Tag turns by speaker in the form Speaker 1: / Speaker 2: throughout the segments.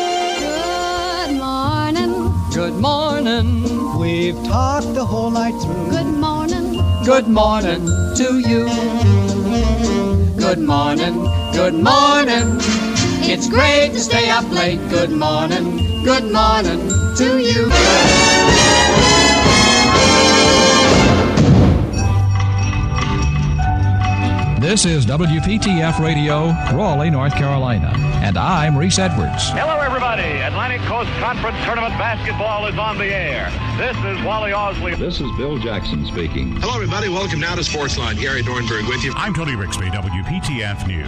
Speaker 1: Good morning.
Speaker 2: Good morning. We've talked the whole night through.
Speaker 1: Good morning.
Speaker 2: Good morning to you. Good morning. Good morning. It's great to stay up late. Good morning. Good morning to you.
Speaker 3: This is WPTF Radio, Raleigh, North Carolina, and I'm Reese Edwards.
Speaker 4: Hello, everybody. Atlantic Coast Conference Tournament basketball is on the air. This is Wally Osley.
Speaker 5: This is Bill Jackson speaking.
Speaker 6: Hello, everybody. Welcome now to Sportsline. Gary Dornberg with you.
Speaker 7: I'm Tony Rixby, WPTF News.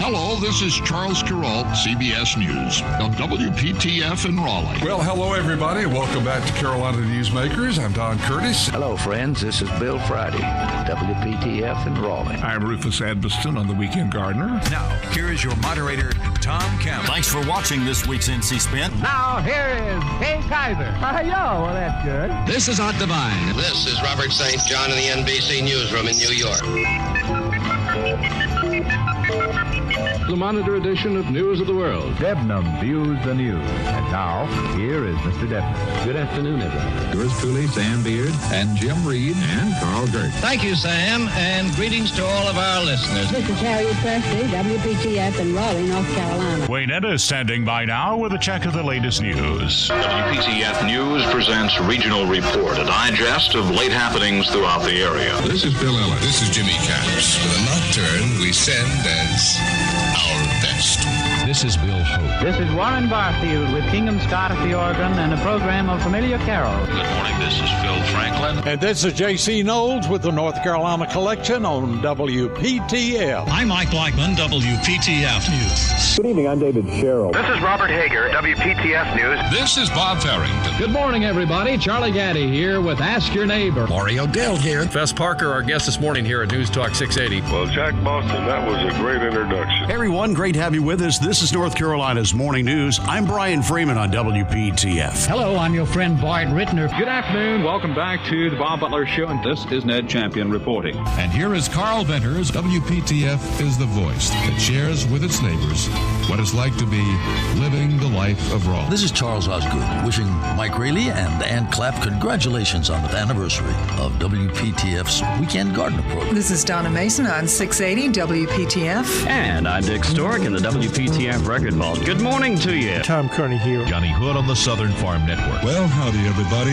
Speaker 8: Hello, this is Charles Carroll, CBS News, on WPTF in Raleigh.
Speaker 9: Well, hello, everybody. Welcome back to Carolina Newsmakers. I'm Don Curtis.
Speaker 10: Hello, friends. This is Bill Friday, WPTF in Raleigh.
Speaker 9: I'm Rufus Adbiston on The Weekend Gardener.
Speaker 11: Now, here is your moderator, Tom Campbell.
Speaker 12: Thanks for watching this week's NC Spin.
Speaker 13: Now, here is Kay Kaiser.
Speaker 14: Oh, yeah, well, that's good.
Speaker 15: This is Art Divine.
Speaker 16: This is Robert St. John in the NBC Newsroom in New York.
Speaker 17: The Monitor edition of News of the World.
Speaker 18: Debnam views the news. And now, here is Mr. Debnam.
Speaker 19: Good afternoon, everyone. Yours truly, Sam Beard, and Jim Reed, and Carl Gert.
Speaker 20: Thank you, Sam, and greetings to all of our listeners.
Speaker 4: This is Harriet Presley, WPTF in Raleigh, North Carolina.
Speaker 7: Wayne Ed is standing by now with a check of the latest news.
Speaker 1: WPTF News presents Regional Report, a digest of late happenings throughout the area.
Speaker 11: This is Bill Ellis.
Speaker 12: This is Jimmy Caps. With a nocturne, we send as our best.
Speaker 13: This is Bill Hope.
Speaker 16: This is Warren Barfield with Kingham Scott at the organ and a program of familiar carols.
Speaker 7: Good morning, this is Phil Franklin.
Speaker 19: And this is J.C. Knowles with the North Carolina Collection on WPTF.
Speaker 18: I'm Mike Blackman, WPTF News.
Speaker 2: Good evening, I'm David Sherrill.
Speaker 4: This is Robert Hager, WPTF News.
Speaker 8: This is Bob Farrington.
Speaker 3: Good morning, everybody. Charlie Gaddy here with Ask Your Neighbor. Laurie O'Dell here.
Speaker 15: Fess Parker, our guest this morning here at News Talk 680.
Speaker 10: Well, Jack Boston, that was a great introduction.
Speaker 14: Hey everyone, great to have you with us. This this is North Carolina's Morning News. I'm Brian Freeman on WPTF.
Speaker 17: Hello, I'm your friend Bart Rittner.
Speaker 6: Good afternoon. Welcome back to the Bob Butler Show, and this is Ned Champion reporting.
Speaker 5: And here is Carl Venters.
Speaker 20: WPTF is the voice that shares with its neighbors what it's like to be living the life of Raw.
Speaker 21: This is Charles Osgood wishing Mike Rayleigh and Ann Clapp congratulations on the anniversary of WPTF's Weekend Gardener program.
Speaker 22: This is Donna Mason on 680 WPTF.
Speaker 23: And I'm Dick Stork in the WPTF. Record Vault. Good morning to you.
Speaker 24: Tom Kearney here.
Speaker 25: Johnny Hood on the Southern Farm Network.
Speaker 26: Well, howdy, everybody.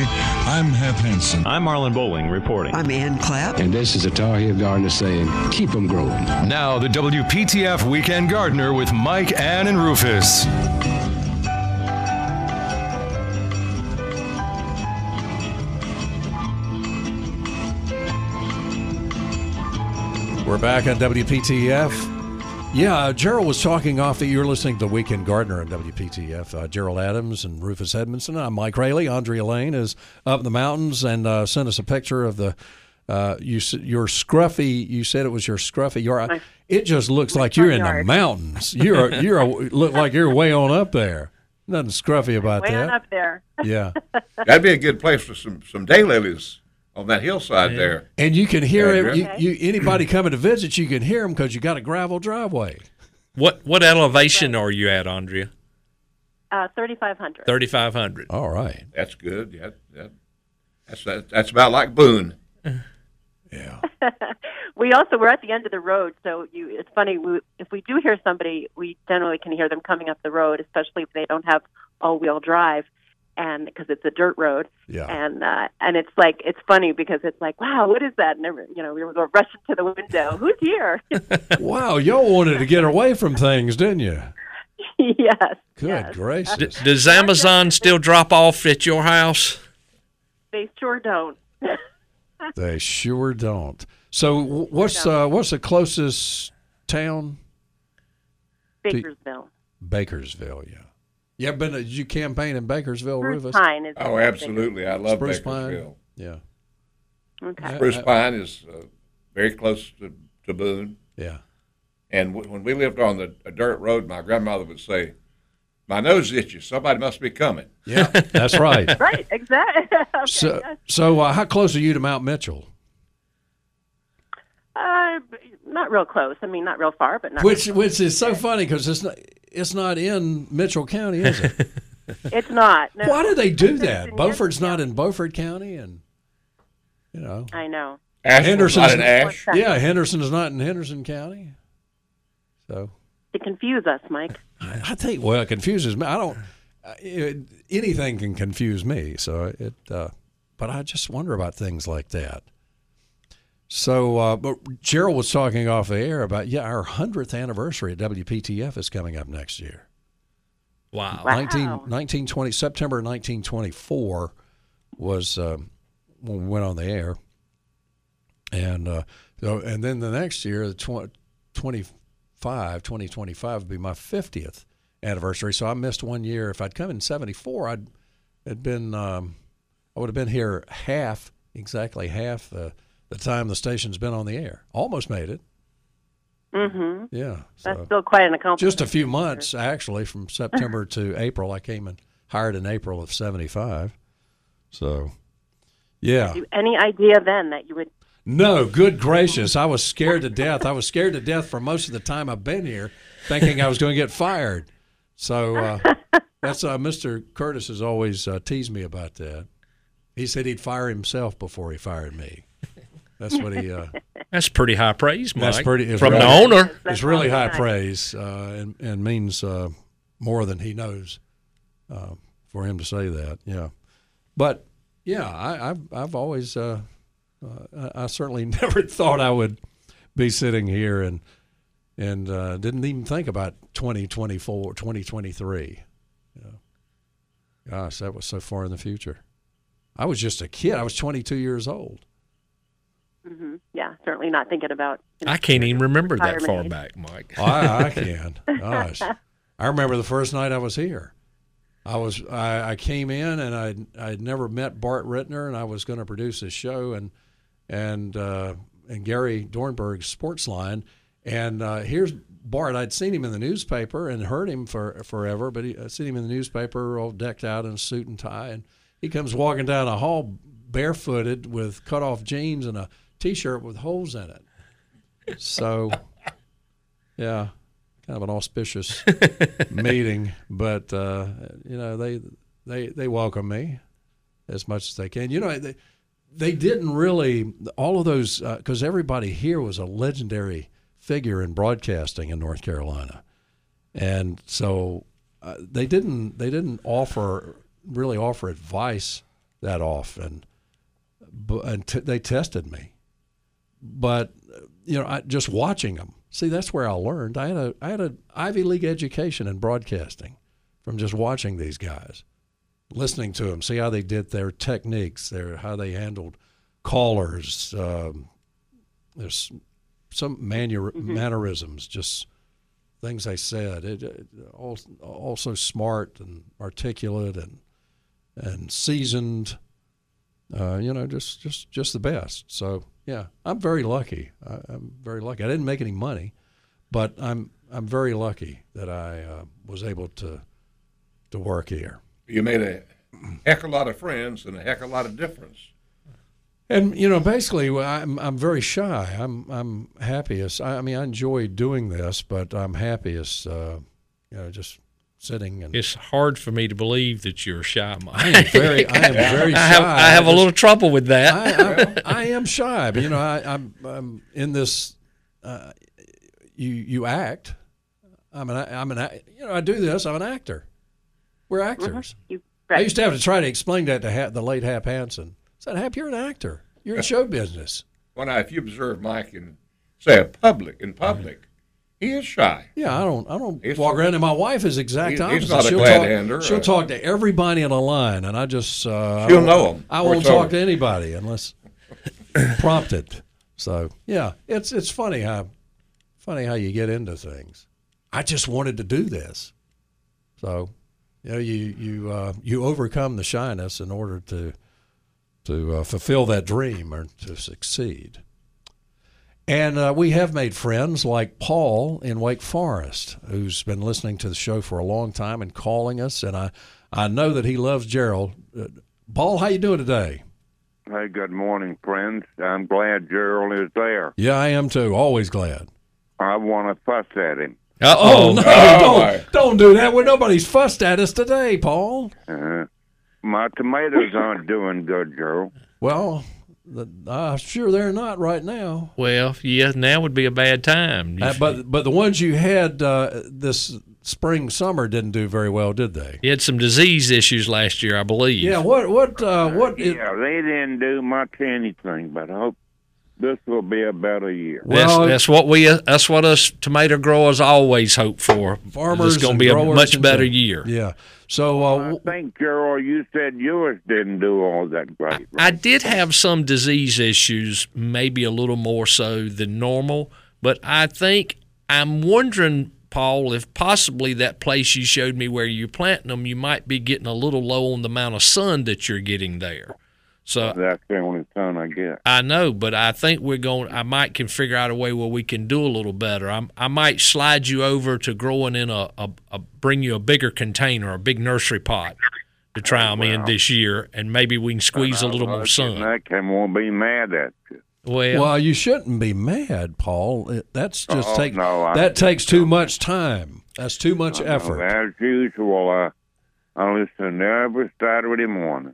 Speaker 26: I'm Hap Hanson.
Speaker 27: I'm Marlon Bowling reporting.
Speaker 28: I'm Ann Clapp.
Speaker 29: And this is a Tar Heel Gardener saying, keep them growing.
Speaker 3: Now, the WPTF Weekend Gardener with Mike, Ann, and Rufus.
Speaker 30: We're back on WPTF. Yeah, uh, Gerald was talking off that you're listening to Weekend Gardener on WPTF. Uh, Gerald Adams and Rufus Edmondson. I'm Mike Rayleigh. Andrea Lane is up in the mountains and uh, sent us a picture of the uh, you your scruffy. You said it was your scruffy yard. It just looks like you're in the mountains. You're you're a, look like you're way on up there. Nothing scruffy about
Speaker 29: way
Speaker 30: that.
Speaker 29: on up there.
Speaker 30: Yeah, That'd be a good place for some some daylilies on that hillside there. and you can hear Yeah, it. You, you anybody coming to visit, you can hear them because you got a gravel driveway.
Speaker 15: What what elevation are you at, Andrea?
Speaker 29: Uh, 3,500.
Speaker 15: 3,500.
Speaker 30: All right. That's good. Yeah. yeah. That's that, that's about like Boone. Yeah.
Speaker 29: We also, we're at the end of the road, so you, it's funny. We, if we do hear somebody, we generally can hear them coming up the road, especially if they don't have all wheel drive. And because it's a dirt road,
Speaker 30: Yeah.
Speaker 29: and uh, and it's like it's funny because it's like wow, what is that? And every, you know, we were rushing to the window. Who's here?
Speaker 30: Wow, y'all wanted to get away from things, didn't you?
Speaker 29: yes.
Speaker 30: Good
Speaker 29: yes.
Speaker 15: D-
Speaker 30: gracious.
Speaker 15: does Amazon still drop off at your house?
Speaker 29: They sure don't.
Speaker 30: they sure don't. So wh- what's uh, what's the closest town?
Speaker 29: Bakersville.
Speaker 30: Bakersville, yeah. You ever been to, did you campaign in Bakersville,
Speaker 29: Bruce
Speaker 30: Rufus?
Speaker 29: Pine is.
Speaker 30: Oh,
Speaker 29: in
Speaker 30: absolutely.
Speaker 29: Bakersfield.
Speaker 30: I I love love Spruce pine. Bakersfield. Yeah.
Speaker 29: Okay.
Speaker 30: Spruce Uh, pine is uh, very close to, to Boone. Yeah.
Speaker 6: And w- when we lived on the a dirt road, my grandmother would say, "My nose itches. Somebody must be coming."
Speaker 30: Yeah, that's right.
Speaker 29: Right. Exactly. okay,
Speaker 30: So,
Speaker 29: yes.
Speaker 30: so uh, how close are you to Mount Mitchell?
Speaker 31: not real close. I mean, not real far, but not
Speaker 30: Which
Speaker 31: real
Speaker 30: which is so funny because it's not it's not in Mitchell County, is it?
Speaker 31: close. It's not. No.
Speaker 30: Why do they do
Speaker 31: It's
Speaker 30: that?
Speaker 31: in
Speaker 30: Beaufort's not in Beaufort County, and you know
Speaker 31: I know.
Speaker 9: Ashland's not in Ash.
Speaker 30: Yeah, Henderson is not in Henderson County. So
Speaker 31: To confuse us, Mike.
Speaker 30: I think well, it confuses me. I don't. I- It, anything can confuse me. So it. Uh, but I just wonder about things like that. So, uh, but Gerald was talking off the air about yeah, our hundredth anniversary at WPTF is coming up next year.
Speaker 15: Wow.
Speaker 30: 19, 1920 September 1924 was um, when we went on the air, and uh, so, and then the next year, the tw- 25, 2025 would be my 50th anniversary. So I missed one year. If I'd come in 74, I'd had been um, I would have been here half exactly half the the time the station's been on the air. Almost made it.
Speaker 31: Mm-hmm.
Speaker 30: Yeah.
Speaker 31: That's
Speaker 30: so-
Speaker 31: still quite an accomplishment.
Speaker 30: just a few months, actually, from September to April. I came and hired in April of 75. So, yeah.
Speaker 31: Do you- Any idea then that you would?
Speaker 30: No, good gracious. I was scared to death. I was scared to death for most of the time I've been here, thinking I was going to get fired. So, uh, that's uh, Mr. Curtis has always uh, teased me about that. He said he'd fire himself before he fired me. That's what he. Uh,
Speaker 15: That's pretty high praise, Mike.
Speaker 30: that's pretty it's
Speaker 15: from the
Speaker 30: really-
Speaker 15: owner.
Speaker 30: It's really high praise uh, and and means uh, more than he knows uh, for him to say that. Yeah, but yeah, I, I've I've always uh, uh, I I certainly never thought I would be sitting here and and uh, didn't even think about 2024, 2023. Yeah. Gosh, that was so far in the future. I was just a kid. I was 22 years old.
Speaker 31: hmm yeah, certainly not thinking about. you know,
Speaker 15: I can't even remember that
Speaker 31: retirement
Speaker 15: far
Speaker 31: age.
Speaker 15: back, Mike.
Speaker 30: Oh, I, I can. Gosh, I remember the first night I was here. I was I, I came in and I I'd never met Bart Rittner and I was going to produce his show and and uh, and Gary Dornberg's Sports Line and uh, here's Bart. I'd seen him in the newspaper and heard him for forever, but he, I'd seen him in the newspaper all decked out in a suit and tie and he comes walking down a hall barefooted with cut off jeans and a t-shirt with holes in it. So. Yeah, kind of an auspicious meeting, but uh, you know they they they welcome me as much as they can. You know they they didn't really all of those because everybody here was a legendary figure in broadcasting in North Carolina, and so uh, they didn't they didn't offer really offer advice that often, but and t- they tested me but uh, you know, I, just watching them. See, that's where I learned. I had a I had an Ivy League education in broadcasting from just watching these guys, listening to them, see how they did their techniques, their how they handled callers. Um, there's some manner, mannerisms, just things they said. It, it all all so smart and articulate and and seasoned. Uh, you know, just just just the best. So yeah, I'm very lucky. I, I'm very lucky. I didn't make any money, but I'm I'm very lucky that I uh, was able to to work here.
Speaker 9: You made a heck of a lot of friends and a heck of a lot of difference.
Speaker 30: And you know, basically, well, I'm I'm very shy. I'm I'm happiest. I, I mean, I enjoy doing this, but I'm happiest. Uh, you know, just sitting and
Speaker 15: It's hard for me to believe that you're shy, Mike.
Speaker 30: I am very, I am very shy.
Speaker 15: I have, I have a
Speaker 30: just-
Speaker 15: little trouble with that.
Speaker 30: I, I, I am shy, but you know, I, I'm, I'm in this. Uh, you you act. I'm an I'm an act- you know I do this. I'm an actor. We're actors.
Speaker 31: You-
Speaker 30: I used to have to try to explain that to ha- the late Hap Hansen. I said, Hap, you're an actor. You're in show business.
Speaker 9: Well, now, if you observe Mike in, say, a public, in public, he is shy.
Speaker 30: Yeah, I don't. I don't walk around. And my wife is exact
Speaker 9: He's-
Speaker 30: opposite.
Speaker 9: he's not a
Speaker 30: she'll
Speaker 9: glad
Speaker 30: talk,
Speaker 9: hander,
Speaker 30: She'll
Speaker 9: uh,
Speaker 30: talk to everybody in a line, and I just uh, I
Speaker 9: She'll
Speaker 30: won't-
Speaker 9: know 'em
Speaker 30: I
Speaker 9: before
Speaker 30: won't
Speaker 9: it's
Speaker 30: talk
Speaker 9: over.
Speaker 30: to anybody unless prompted. So yeah, it's it's funny how funny how you get into things. I just wanted to do this, so you know you you uh, you overcome the shyness in order to to uh, fulfill that dream or to succeed. And uh, we have made friends like Paul in Wake Forest, who's been listening to the show for a long time and calling us. And I, I know that he loves Gerald. Uh, Paul, how you doing today?
Speaker 16: Hey, good morning, friends. I'm glad Gerald is there.
Speaker 30: Yeah, I am too. Always glad.
Speaker 16: I want to fuss at him.
Speaker 30: oh no! don't, don't do that. Well, nobody's fussed at us today, Paul.
Speaker 16: Uh, my tomatoes aren't doing good, Gerald.
Speaker 30: Well, the, uh, sure they're not right now.
Speaker 15: Well, yeah, now would be a bad time. You
Speaker 30: Uh,
Speaker 15: should-
Speaker 30: but but the ones you had uh, this spring summer didn't do very well, did they?
Speaker 15: he had some disease issues last year, I believe.
Speaker 30: Yeah. What what uh, what? is-
Speaker 16: Yeah, they didn't do much anything, but I hope this will be a better year.
Speaker 15: that's, that's what we uh, that's what us tomato growers always hope for.
Speaker 16: Farmers
Speaker 15: it's going
Speaker 16: and
Speaker 15: to be a
Speaker 16: growers
Speaker 15: much
Speaker 16: and
Speaker 15: better
Speaker 16: gen-
Speaker 15: year.
Speaker 30: Yeah. So uh,
Speaker 16: I think, Gerald, you said yours didn't do all that great.
Speaker 15: I did have some disease issues, maybe a little more so than normal, but I think I'm wondering, Paul, if possibly that place you showed me where you're planting them, you might be getting a little low on the amount of sun that you're getting there.
Speaker 30: Uh,
Speaker 15: So
Speaker 16: that's the only son I get.
Speaker 15: I know, but I think we're going. I might can figure out a way where we can do a little better. I'm, I might slide you over to growing in a, a, a bring you a bigger container, a big nursery pot to try them in this year, and maybe we can squeeze a little more sun.
Speaker 16: I can won't be mad at you.
Speaker 15: Well,
Speaker 30: well, you shouldn't be mad, Paul. It- That's just
Speaker 16: Oh,
Speaker 30: take
Speaker 16: no, I-
Speaker 30: that takes too much time. That's too much
Speaker 16: I know,
Speaker 30: effort.
Speaker 16: As usual, I, I listen every Saturday morning.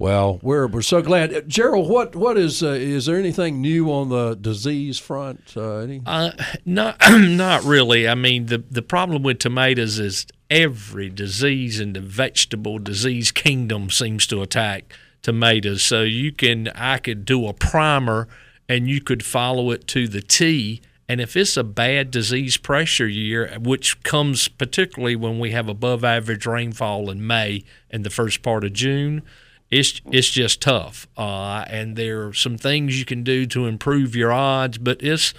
Speaker 30: Well, we're we're so glad, Uh, Gerald. What what is uh, is there anything new on the disease front? Uh, any?
Speaker 15: Uh, not not really. I mean, the the problem with tomatoes is every disease in the vegetable disease kingdom seems to attack tomatoes. So you can I could do a primer and you could follow it to the T. And if it's a bad disease pressure year, which comes particularly when we have above average rainfall in May and the first part of June, it's it's just tough. Uh, and there are some things you can do to improve your odds, but it's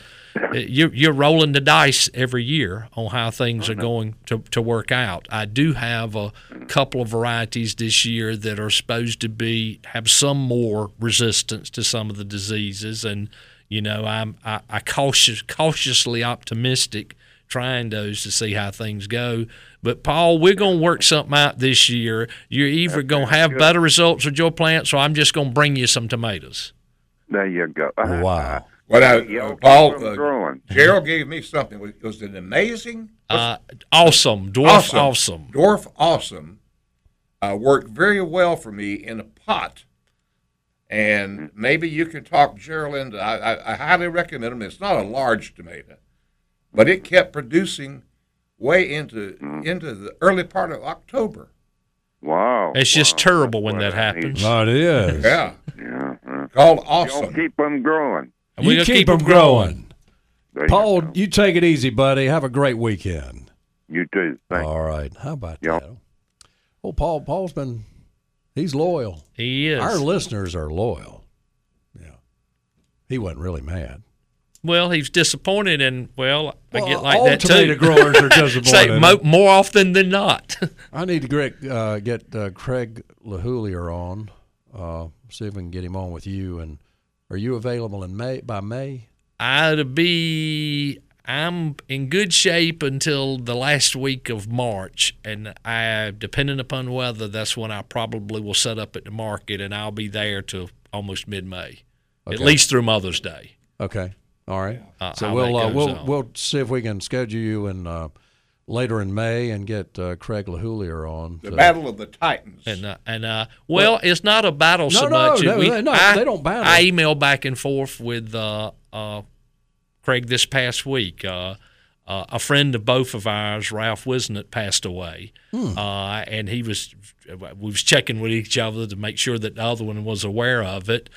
Speaker 15: you're you're rolling the dice every year on how things are going to, to work out. I do have a couple of varieties this year that are supposed to be have some more resistance to some of the diseases, and you know I'm I, I cautious cautiously optimistic trying those to see how things go. But Paul, we're going to work something out this year. You're either going to have better results with your plants, or I'm just going to bring you some tomatoes.
Speaker 16: There you go.
Speaker 30: Wow.
Speaker 9: What I,
Speaker 16: Y'all
Speaker 9: uh, Paul,
Speaker 16: keep 'em
Speaker 9: uh,
Speaker 16: growing.
Speaker 9: Gerald gave me something. Was- Was it amazing?
Speaker 15: Uh, awesome, dwarf, awesome.
Speaker 9: Dwarf awesome. Uh, worked very well for me in a pot. And maybe you can talk Gerald into. I, I, I highly recommend them. It's not a large tomato, but it kept producing way into into the early part of October.
Speaker 16: Wow.
Speaker 15: It's just terrible when that happens.
Speaker 30: Oh, it is.
Speaker 9: Yeah,
Speaker 16: Yeah. uh,
Speaker 9: called
Speaker 16: Y'all
Speaker 9: awesome.
Speaker 16: keep them growing.
Speaker 15: We
Speaker 30: you
Speaker 15: gonna
Speaker 30: keep
Speaker 15: keep
Speaker 30: them
Speaker 15: 'em
Speaker 30: growing.
Speaker 16: There you
Speaker 30: Paul, you, take it easy, buddy. Have a great weekend.
Speaker 16: You too. Thanks.
Speaker 30: All right. How about
Speaker 16: Y'all-
Speaker 30: that? Well, Paul, Paul's been he's loyal.
Speaker 15: He is.
Speaker 30: Our listeners are loyal. Yeah. He wasn't really mad.
Speaker 15: Well, he's disappointed, and well, I
Speaker 30: Well,
Speaker 15: get like
Speaker 30: all
Speaker 15: that
Speaker 30: tomato
Speaker 15: too.
Speaker 30: growers are
Speaker 15: Say
Speaker 30: disappointed.
Speaker 15: mo- more often than not.
Speaker 30: I need to get, uh, get uh, Craig LaHoulier on. Uh, see if we can get him on with you. And are you available in May by May?
Speaker 15: I'd be. I'm in good shape until the last week of March, and I, depending upon weather, that's when I probably will set up at the market, and I'll be there till almost mid-May, at
Speaker 30: Okay.
Speaker 15: least through Mother's Day.
Speaker 30: Okay. All right.
Speaker 15: Uh,
Speaker 30: so
Speaker 15: how
Speaker 30: we'll
Speaker 15: that
Speaker 30: uh,
Speaker 15: goes
Speaker 30: we'll
Speaker 15: on.
Speaker 30: we'll see if we can schedule you in uh, later in May and get uh, Craig LaHoulier on.
Speaker 9: The
Speaker 30: to-
Speaker 9: Battle of the Titans.
Speaker 15: And uh, and uh, well, it's not a battle
Speaker 30: No,
Speaker 15: so
Speaker 30: no,
Speaker 15: much.
Speaker 30: no,
Speaker 15: We-
Speaker 30: they- no,
Speaker 15: I,
Speaker 30: they don't battle.
Speaker 15: I emailed back and forth with uh, uh, Craig this past week. Uh, uh, a friend of both of ours, Ralph Wisnett, passed away,
Speaker 30: Hmm.
Speaker 15: uh, and he was we was checking with each other to make sure that the other one was aware of it.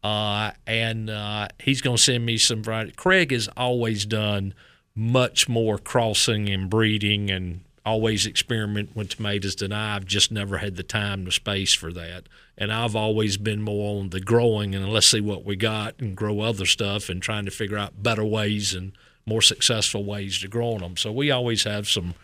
Speaker 15: Uh, and uh, he's going to send me some variety. Craig has always done much more crossing and breeding and always experiment with tomatoes than I've just never had the time or space for that. And I've always been more on the growing and let's see what we got and grow other stuff and trying to figure out better ways and more successful ways to grow them. So we always have some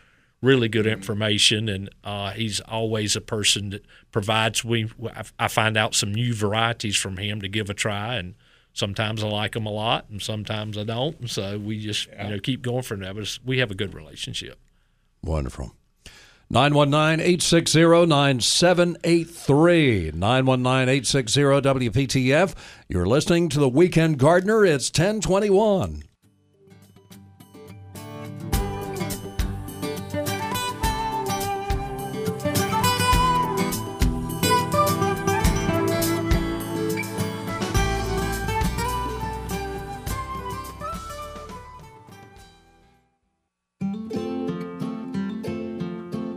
Speaker 15: really good information, and uh, he's always a person that provides. We I- I find out some new varieties from him to give a try, and sometimes I like them a lot, and sometimes I don't. And so we just you know keep going from there. But it's- we have a good relationship.
Speaker 30: Wonderful. 919-860-9783. 919-860-WPTF. You're listening to The Weekend Gardener. It's 1021.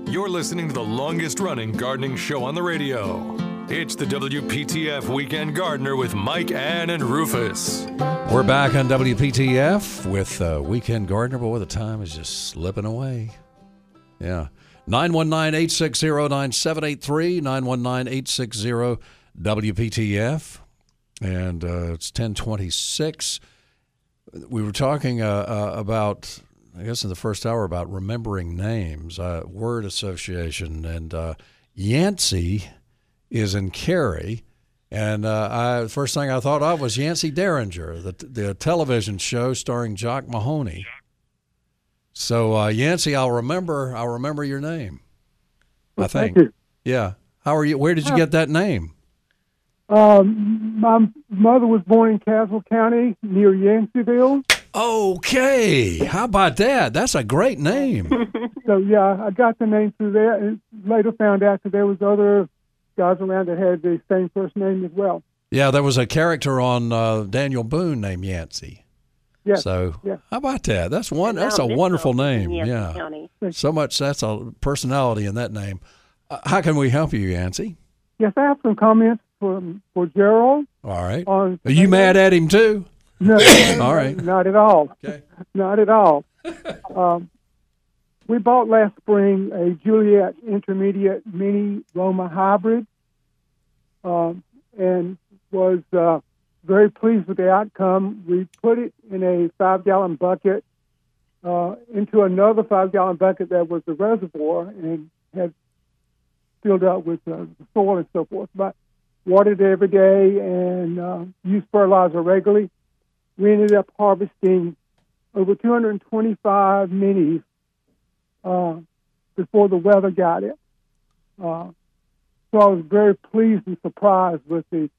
Speaker 3: You're listening to the longest running gardening show on the radio. It's the WPTF Weekend Gardener with Mike, Ann, and Rufus.
Speaker 30: We're back on WPTF with uh, Weekend Gardener. Boy, the time is just slipping away. Yeah. 919-860-9783, 919-860-WPTF. And uh, it's 1026. We were talking uh, uh, about, I guess in the first hour, about remembering names, uh, word association. And uh, Yancey is in Cary. And uh, I, the first thing I thought of was Yancey Derringer, the, the television show starring Jock Mahoney. So uh, Yancey, I'll remember. I'll remember your name. I
Speaker 32: thank you.
Speaker 30: think.
Speaker 32: Oh.
Speaker 30: Yeah. How are you? Where did you get that name?
Speaker 32: Um, my mother was born in Castle County near Yanceyville.
Speaker 30: Okay. How about that? That's a great name.
Speaker 32: So yeah, I got the name through there, and later found out that there was other guys around that had the same first name as well.
Speaker 30: yeah, there was a character on uh, Daniel Boone named Yancey.
Speaker 32: Yes.
Speaker 30: So
Speaker 32: yes.
Speaker 30: how about that? That's one.
Speaker 32: now
Speaker 30: That's a
Speaker 32: Mitchell
Speaker 30: wonderful
Speaker 32: in
Speaker 30: name.
Speaker 32: Yancey
Speaker 30: yeah.
Speaker 32: County.
Speaker 30: So much. That's a personality in that name. Uh, how can we help you, Yancey?
Speaker 32: Yes, I have some comments for for Gerald
Speaker 30: All right.
Speaker 32: on.
Speaker 30: Are you mad at him too?
Speaker 32: No,
Speaker 30: All right.
Speaker 32: Not at all. Not at all. um, we bought last spring a Juliet Intermediate Mini Roma Hybrid, um, and was uh, very pleased with the outcome. We put it in a five-gallon bucket uh, into another five-gallon bucket that was the reservoir and had filled up with uh, soil and so forth. But watered it every day and uh, used fertilizer regularly we ended up harvesting over 225 minis uh, before the weather got it. Uh, so I was very pleased and surprised with the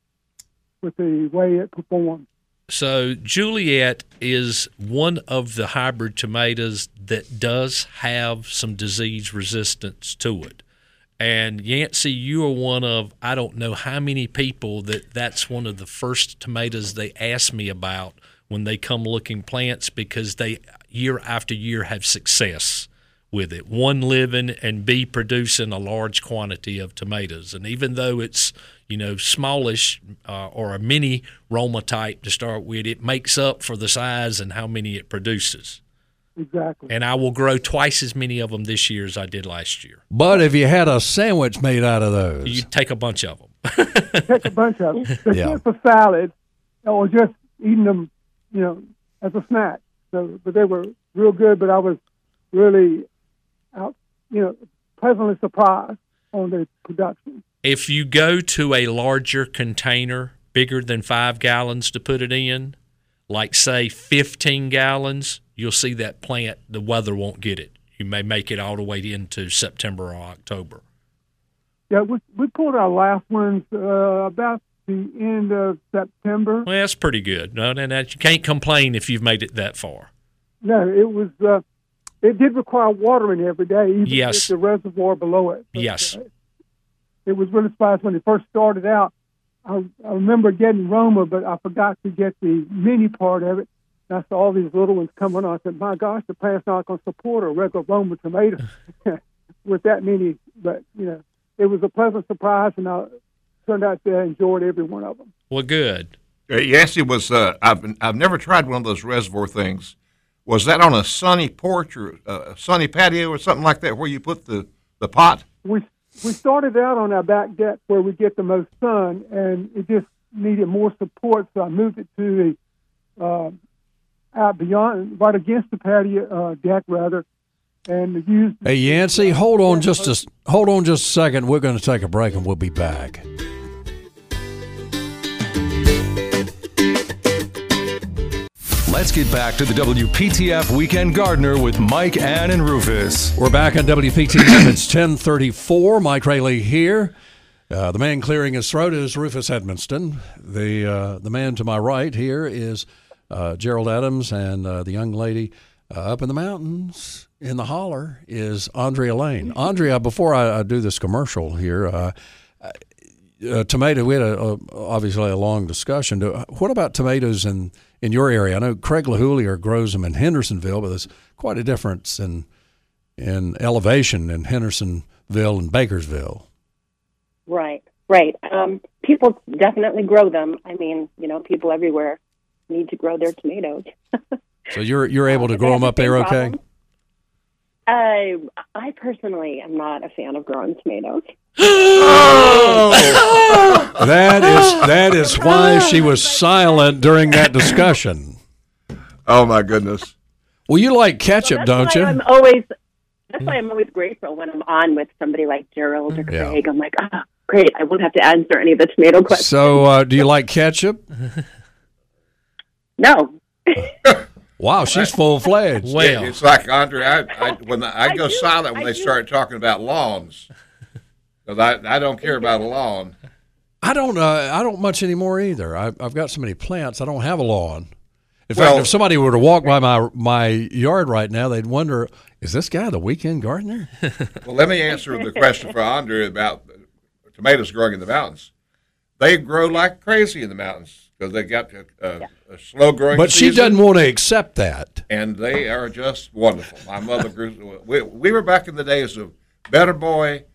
Speaker 32: with the way it performed.
Speaker 15: So Juliet is one of the hybrid tomatoes that does have some disease resistance to it. And Yancey, you are one of I don't know how many people that that's one of the first tomatoes they ask me about when they come looking plants because they year after year have success with it. One living and B producing a large quantity of tomatoes. And even though it's you know smallish uh, or a mini Roma type to start with, it makes up for the size and how many it produces.
Speaker 32: Exactly.
Speaker 15: And I will grow twice as many of them this year as I did last year.
Speaker 30: But if you had a sandwich made out of those,
Speaker 15: You take a bunch of them.
Speaker 32: Take a bunch of them. They're
Speaker 30: Yeah.
Speaker 32: good for salad or just eating them, you know, as a snack. So, but they were real good. But I was really out, you know, pleasantly surprised on their production.
Speaker 15: If you go to a larger container, bigger than five gallons to put it in, like say 15 gallons, you'll see that plant, the weather won't get it. You may make it all the way into September or October.
Speaker 32: Yeah, we, we pulled our last ones uh, about the end of September.
Speaker 15: Well, that's pretty good. No, no, no, you can't complain if you've made it that far.
Speaker 32: No, it was. Uh, it did require watering every day, even
Speaker 15: Yes.
Speaker 32: with the reservoir below it.
Speaker 15: Yes.
Speaker 32: It was really surprised when it first started out. I, I remember getting Roma, but I forgot to get the mini part of it. And I saw all these little ones coming on. I said, "My gosh, the plant's not going to support a regular Roma tomato with that many." But you know, it was a pleasant surprise, and I turned out to enjoyed every one of them.
Speaker 15: Well, good.
Speaker 9: Yancey was. Uh, I've I've never tried one of those reservoir things. Was that on a sunny porch or uh, a sunny patio or something like that where you put the, the pot?
Speaker 32: we we started out on our back deck where we get the most sun, and it just needed more support, so I moved it to the uh, out beyond, right against the patio uh, deck rather, and used
Speaker 30: Hey Yancey, hold on just a s- hold on just a second. We're going to take a break and we'll be back.
Speaker 21: Let's
Speaker 3: Let's get back to the WPTF Weekend Gardener with Mike, Ann, and Rufus.
Speaker 30: We're back on WPTF. it's 1034. Mike Rayleigh here. Uh, the man clearing his throat is Rufus Edmonston. The, uh, the man to my right here is uh, Gerald Adams, and uh, the young lady uh, up in the mountains in the holler is Andrea Lane. Andrea, before I, I do this commercial here, uh, uh, tomato. We had a, a, obviously a long discussion. Do- uh, What about tomatoes in in your area? I know Craig LaHoulier grows them in Hendersonville, but there's quite a difference in in elevation in Hendersonville and Bakersville.
Speaker 29: Right, right. Um, people definitely grow them. I mean, you know, people everywhere need to grow their tomatoes.
Speaker 30: So you're you're able to grow them up
Speaker 29: the same
Speaker 30: there, okay?
Speaker 29: problem? I, Uh, I personally am not a fan of growing tomatoes.
Speaker 30: Oh! That is that is why she was silent during that discussion.
Speaker 11: Oh my goodness!
Speaker 30: Well, you like ketchup, don't
Speaker 29: That's
Speaker 30: you?
Speaker 29: why I'm always
Speaker 15: Mm.
Speaker 29: that's why I'm always grateful when I'm on with somebody like Gerald or
Speaker 30: Yeah.
Speaker 29: Craig. I'm like, oh, great! I won't have to answer any of the tomato questions.
Speaker 30: So, uh, do you like ketchup?
Speaker 29: No,
Speaker 30: Wow, she's full fledged.
Speaker 9: Yeah, it's like Andre. I, I when I, go silent when they start talking about lawns, because I, I don't care about a lawn.
Speaker 30: I don't. Uh, I don't much anymore either. I, I've got so many plants. I don't have a lawn. In
Speaker 9: Well-
Speaker 30: fact, if somebody were to walk by my my yard right now, they'd wonder, "Is this guy the weekend gardener?"
Speaker 9: Well, let me answer the question for Andre about tomatoes growing in the mountains. They grow like crazy in the mountains because they got a, a, a
Speaker 15: Oh,
Speaker 9: slow growing.
Speaker 30: but she
Speaker 9: season.
Speaker 30: doesn't want to accept that.
Speaker 9: and they are just wonderful. My mother grew. We, we were back in the days of better boy,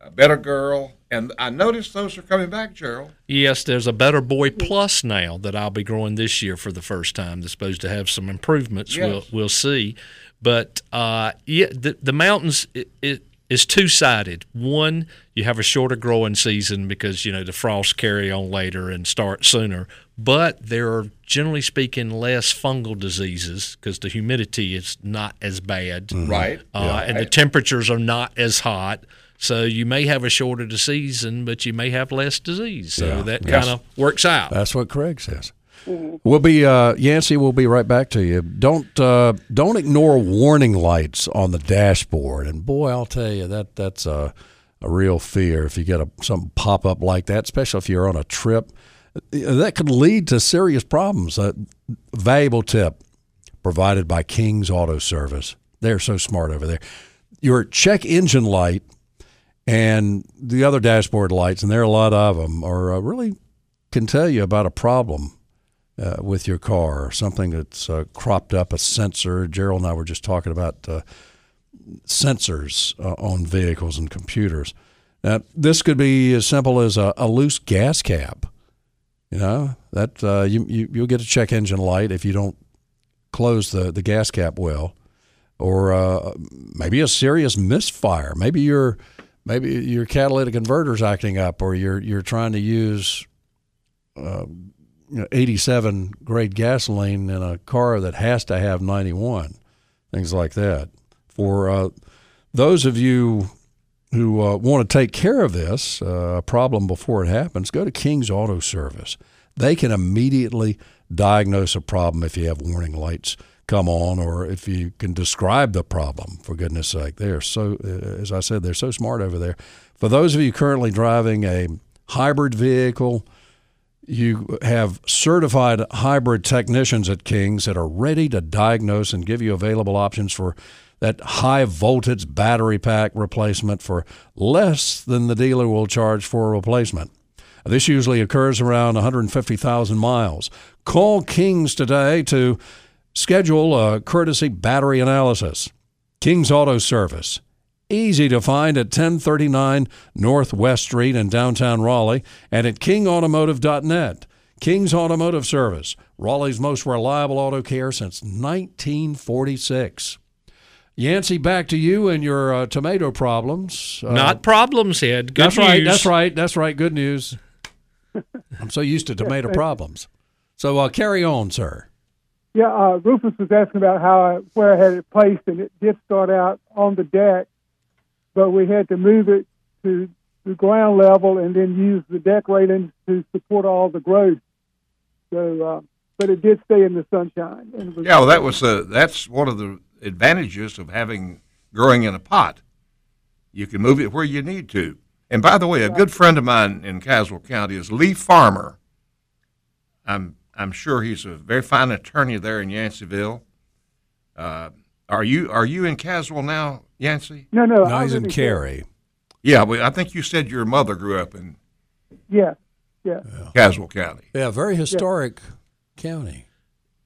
Speaker 9: a better girl, and I noticed those are coming back, Gerald.
Speaker 15: Yes, there's a Better Boy Plus now that I'll be growing this year for the first time. That's supposed to have some improvements. We'll
Speaker 9: Yes.
Speaker 15: we'll see, but uh, yeah, the, the mountains it, it is two sided. One, you have a shorter growing season because you know the frosts carry on later and start sooner. But there are generally speaking less fungal diseases because the humidity is not as bad,
Speaker 9: Mhm. Right.
Speaker 15: Uh,
Speaker 9: Yeah.
Speaker 15: And the temperatures are not as hot. So you may have a shorter season, but you may have less disease. So
Speaker 30: Yeah.
Speaker 15: that
Speaker 30: Yes.
Speaker 15: kind of works out.
Speaker 30: That's what Craig says. We'll be uh, Yancey. We'll be right back to you. Don't uh, don't ignore warning lights on the dashboard. And boy, I'll tell you that that's a a real fear if you get a something pop up like that, especially if you're on a trip. That could lead to serious problems. A valuable tip provided by King's Auto Service. They're so smart over there. Your check engine light and the other dashboard lights, and there are a lot of them, are uh, really can tell you about a problem uh, with your car or something that's uh, cropped up a sensor. Gerald and I were just talking about uh, sensors uh, on vehicles and computers. Now, this could be as simple as a, a loose gas cap. You know that uh, you, you you'll get a check engine light if you don't close the, the gas cap well, or uh, maybe a serious misfire. Maybe your maybe your catalytic converter's acting up, or you're you're trying to use uh, you know, 87 grade gasoline in a car that has to have 91, things like that. For uh, those of you who uh, want to take care of this uh, problem before it happens, go to King's Auto Service. They can immediately diagnose a problem if you have warning lights come on or if you can describe the problem, for goodness sake. They are so, uh, as I said, they're so smart over there. For those of you currently driving a hybrid vehicle, you have certified hybrid technicians at King's that are ready to diagnose and give you available options for that high voltage battery pack replacement for less than the dealer will charge for a replacement. This usually occurs around 150,000 miles. Call King's today to schedule a courtesy battery analysis. King's Auto Service, easy to find at 1039 Northwest Street in downtown Raleigh and at kingautomotive.net. King's Automotive Service, Raleigh's most reliable auto care since 1946. Yancey, back to you and your uh, tomato problems. Uh,
Speaker 15: Not problems, Ed. Good
Speaker 30: that's right.
Speaker 15: news.
Speaker 30: That's right. That's right. Good news. I'm so used to tomato problems. So uh, carry on, sir.
Speaker 32: Yeah, uh, Rufus was asking about how I, where I had it placed, and it did start out on the deck, but we had to move it to the ground level and then use the deck railings to support all the growth. So uh, but it did stay in the sunshine. And it was
Speaker 9: Yeah, well, that was uh, that's one of the advantages of having growing in a pot. You can move it where you need to. And by the way, a good friend of mine in Caswell County is Lee Farmer. I'm I'm sure he's a very fine attorney there in Yanceyville. Uh, are you are you in Caswell now, Yancey?
Speaker 32: No, no,
Speaker 30: No,
Speaker 32: I
Speaker 30: he's
Speaker 32: live
Speaker 30: in Cary.
Speaker 9: Yeah, well, I think you said your mother grew up in
Speaker 32: Yeah, yeah.
Speaker 9: Caswell County.
Speaker 30: Yeah, very historic county.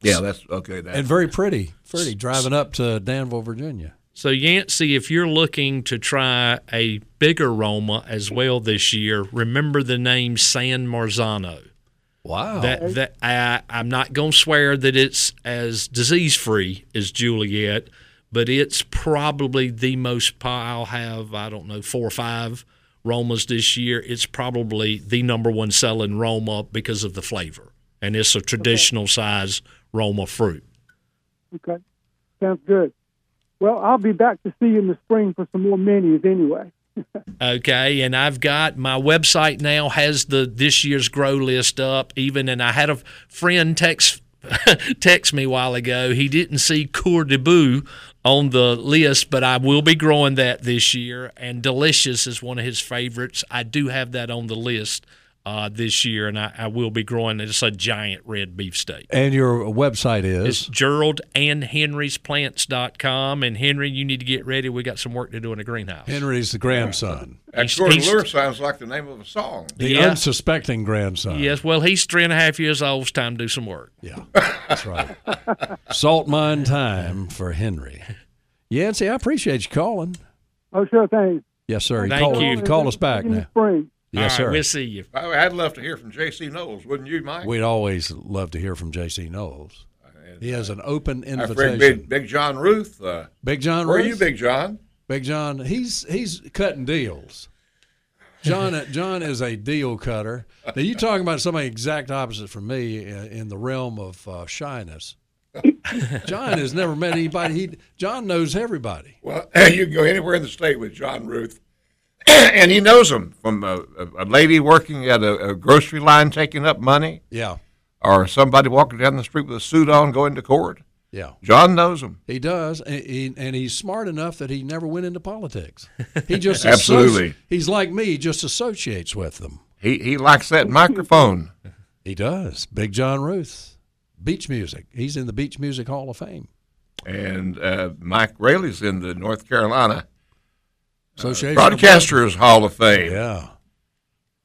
Speaker 9: Yeah, that's okay. That's
Speaker 30: and very pretty. Pretty driving up to Danville, Virginia.
Speaker 15: So Yancey, if you're looking to try a bigger Roma as well this year, remember the name San Marzano.
Speaker 30: Wow.
Speaker 15: That that I, I'm not going to swear that it's as disease free as Juliet, but it's probably the most. po- I'll have I don't know four or five Romas this year. It's probably the number one selling Roma because of the flavor, and it's a traditional size Roma fruit.
Speaker 32: Okay, sounds good. Well, I'll be back to see you in the spring for some more minis anyway.
Speaker 15: Okay, and I've got my website now has the this year's grow list up. Even and I had a friend text text me a while ago. He didn't see Coeur de Boue on the list, but I will be growing that this year. And Delicious is one of his favorites. I do have that on the list uh, this year, and I, I will be growing. It's a giant red beefsteak.
Speaker 30: And your website is
Speaker 15: It's Gerald and Henry's Plants.com. And Henry, you need to get ready. We got some work to do in the greenhouse.
Speaker 30: Henry's the grandson,
Speaker 9: That
Speaker 15: He's-
Speaker 9: Gordon
Speaker 15: he's-
Speaker 9: Lure sounds like the name of a song.
Speaker 30: the
Speaker 15: Yeah.
Speaker 30: unsuspecting grandson.
Speaker 15: Yes, well, he's three and a half years old. It's time to do some work.
Speaker 30: Yeah, that's right. Salt mine time for Henry. Yancey, I appreciate you calling.
Speaker 32: Oh, sure thing.
Speaker 30: Yes, sir.
Speaker 15: Thank
Speaker 30: called,
Speaker 15: you.
Speaker 30: Call us back
Speaker 32: In the
Speaker 30: now.
Speaker 32: spring.
Speaker 15: All
Speaker 30: Yes,
Speaker 15: right,
Speaker 30: sir.
Speaker 15: We'll see you.
Speaker 9: By the way, Oh, I'd love to hear from J.C. Knowles, wouldn't you, Mike?
Speaker 30: We'd always love to hear from J.C. Knowles. He has an open
Speaker 9: Our
Speaker 30: invitation.
Speaker 9: friend Big, Big John Ruth. Uh,
Speaker 30: Big John.
Speaker 9: where are
Speaker 30: Ruth?
Speaker 9: you, Big John?
Speaker 30: Big John, he's he's cutting deals. John John is a deal cutter. Now you talking about somebody exact opposite from me in, in the realm of uh, shyness. John has never met anybody. He John knows everybody.
Speaker 9: Well, you can go anywhere in the state with John Ruth, and he knows him from a, a, a lady working at a, a grocery line taking up money,
Speaker 30: Yeah,
Speaker 9: or somebody walking down the street with a suit on going to court.
Speaker 30: yeah,
Speaker 9: John knows him.
Speaker 30: he does, and, he, and he's smart enough that he never went into politics. He just
Speaker 9: Absolutely.
Speaker 30: associ- he's like me. He just associates with them.
Speaker 9: He he likes that microphone.
Speaker 30: He does. Big John Ruth, beach music. He's in the Beach Music Hall of Fame.
Speaker 9: And uh, Mike Rayleigh's in the North Carolina
Speaker 30: Association of-
Speaker 9: Broadcasters Hall of Fame.
Speaker 30: Yeah.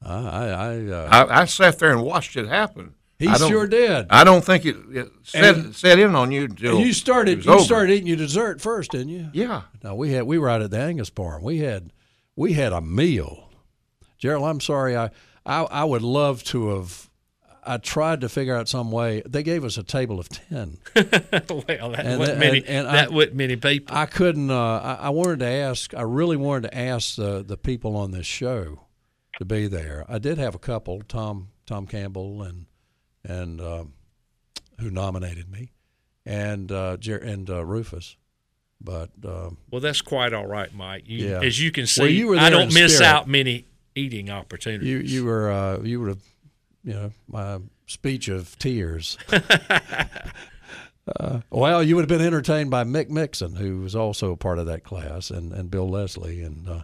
Speaker 30: I I, uh,
Speaker 9: I, I sat there and watched it happen.
Speaker 30: He
Speaker 9: I don't-
Speaker 30: sure did.
Speaker 9: I don't think it, it set,
Speaker 30: And-
Speaker 9: set in on you until
Speaker 30: you
Speaker 9: it
Speaker 30: started
Speaker 9: was
Speaker 30: you
Speaker 9: over.
Speaker 30: started eating your dessert first, didn't you?
Speaker 9: Yeah.
Speaker 30: No, we had we were out at the Angus Barn. We had we had a meal. Gerald, I'm sorry. I I, I would love to have. I tried to figure out some way. They gave us a table of ten.
Speaker 15: well, that
Speaker 30: And-
Speaker 15: wasn't many.
Speaker 30: and- and I-
Speaker 15: that wasn't many people.
Speaker 30: I couldn't. Uh, I, I wanted to ask. I really wanted to ask the the people on this show to be there. I did have a couple. Tom Tom Campbell and and um, who nominated me, and uh, Jer- and uh, Rufus. But um,
Speaker 15: Well, that's quite all right, Mike. You,
Speaker 30: Yeah.
Speaker 15: As you can see,
Speaker 30: Well, you were
Speaker 15: I
Speaker 30: there
Speaker 15: don't
Speaker 30: in
Speaker 15: miss
Speaker 30: spirit.
Speaker 15: out many eating opportunities.
Speaker 30: you you were uh, you were you know my speech of tears. Uh, well, you would have been entertained by Mick Mixon, who was also a part of that class, and, and Bill Leslie, and uh,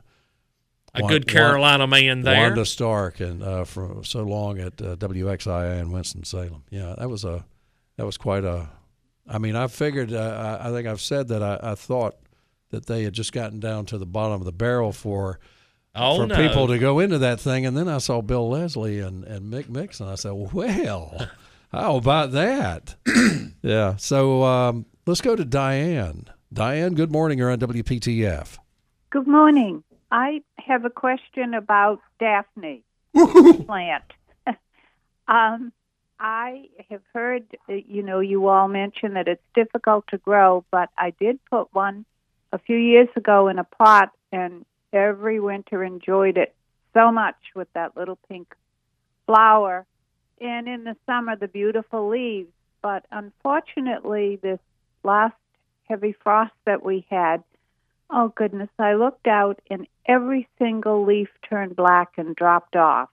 Speaker 15: a
Speaker 30: Wan-
Speaker 15: good
Speaker 30: Wan-
Speaker 15: Carolina man there.
Speaker 30: Wanda Stark, and uh, for so long at uh, WXIA in Winston Salem. Yeah, that was a that was quite a. I mean, I figured. Uh, I, I think I've said that I, I thought that they had just gotten down to the bottom of the barrel for
Speaker 15: Oh,
Speaker 30: for
Speaker 15: no.
Speaker 30: people to go into that thing, and then I saw Bill Leslie and and Mick Mixon. I said, well, how about that? yeah. So um, let's go to Diane. Diane, good morning. You're on WPTF.
Speaker 33: Good morning. I have a question about Daphne plant. um, I have heard, uh, you know, you all mention that it's difficult to grow, but I did put one a few years ago in a pot, and every winter enjoyed it so much with that little pink flower, and in the summer the beautiful leaves. But unfortunately, this last heavy frost that we had, oh goodness, I looked out and every single leaf turned black and dropped off.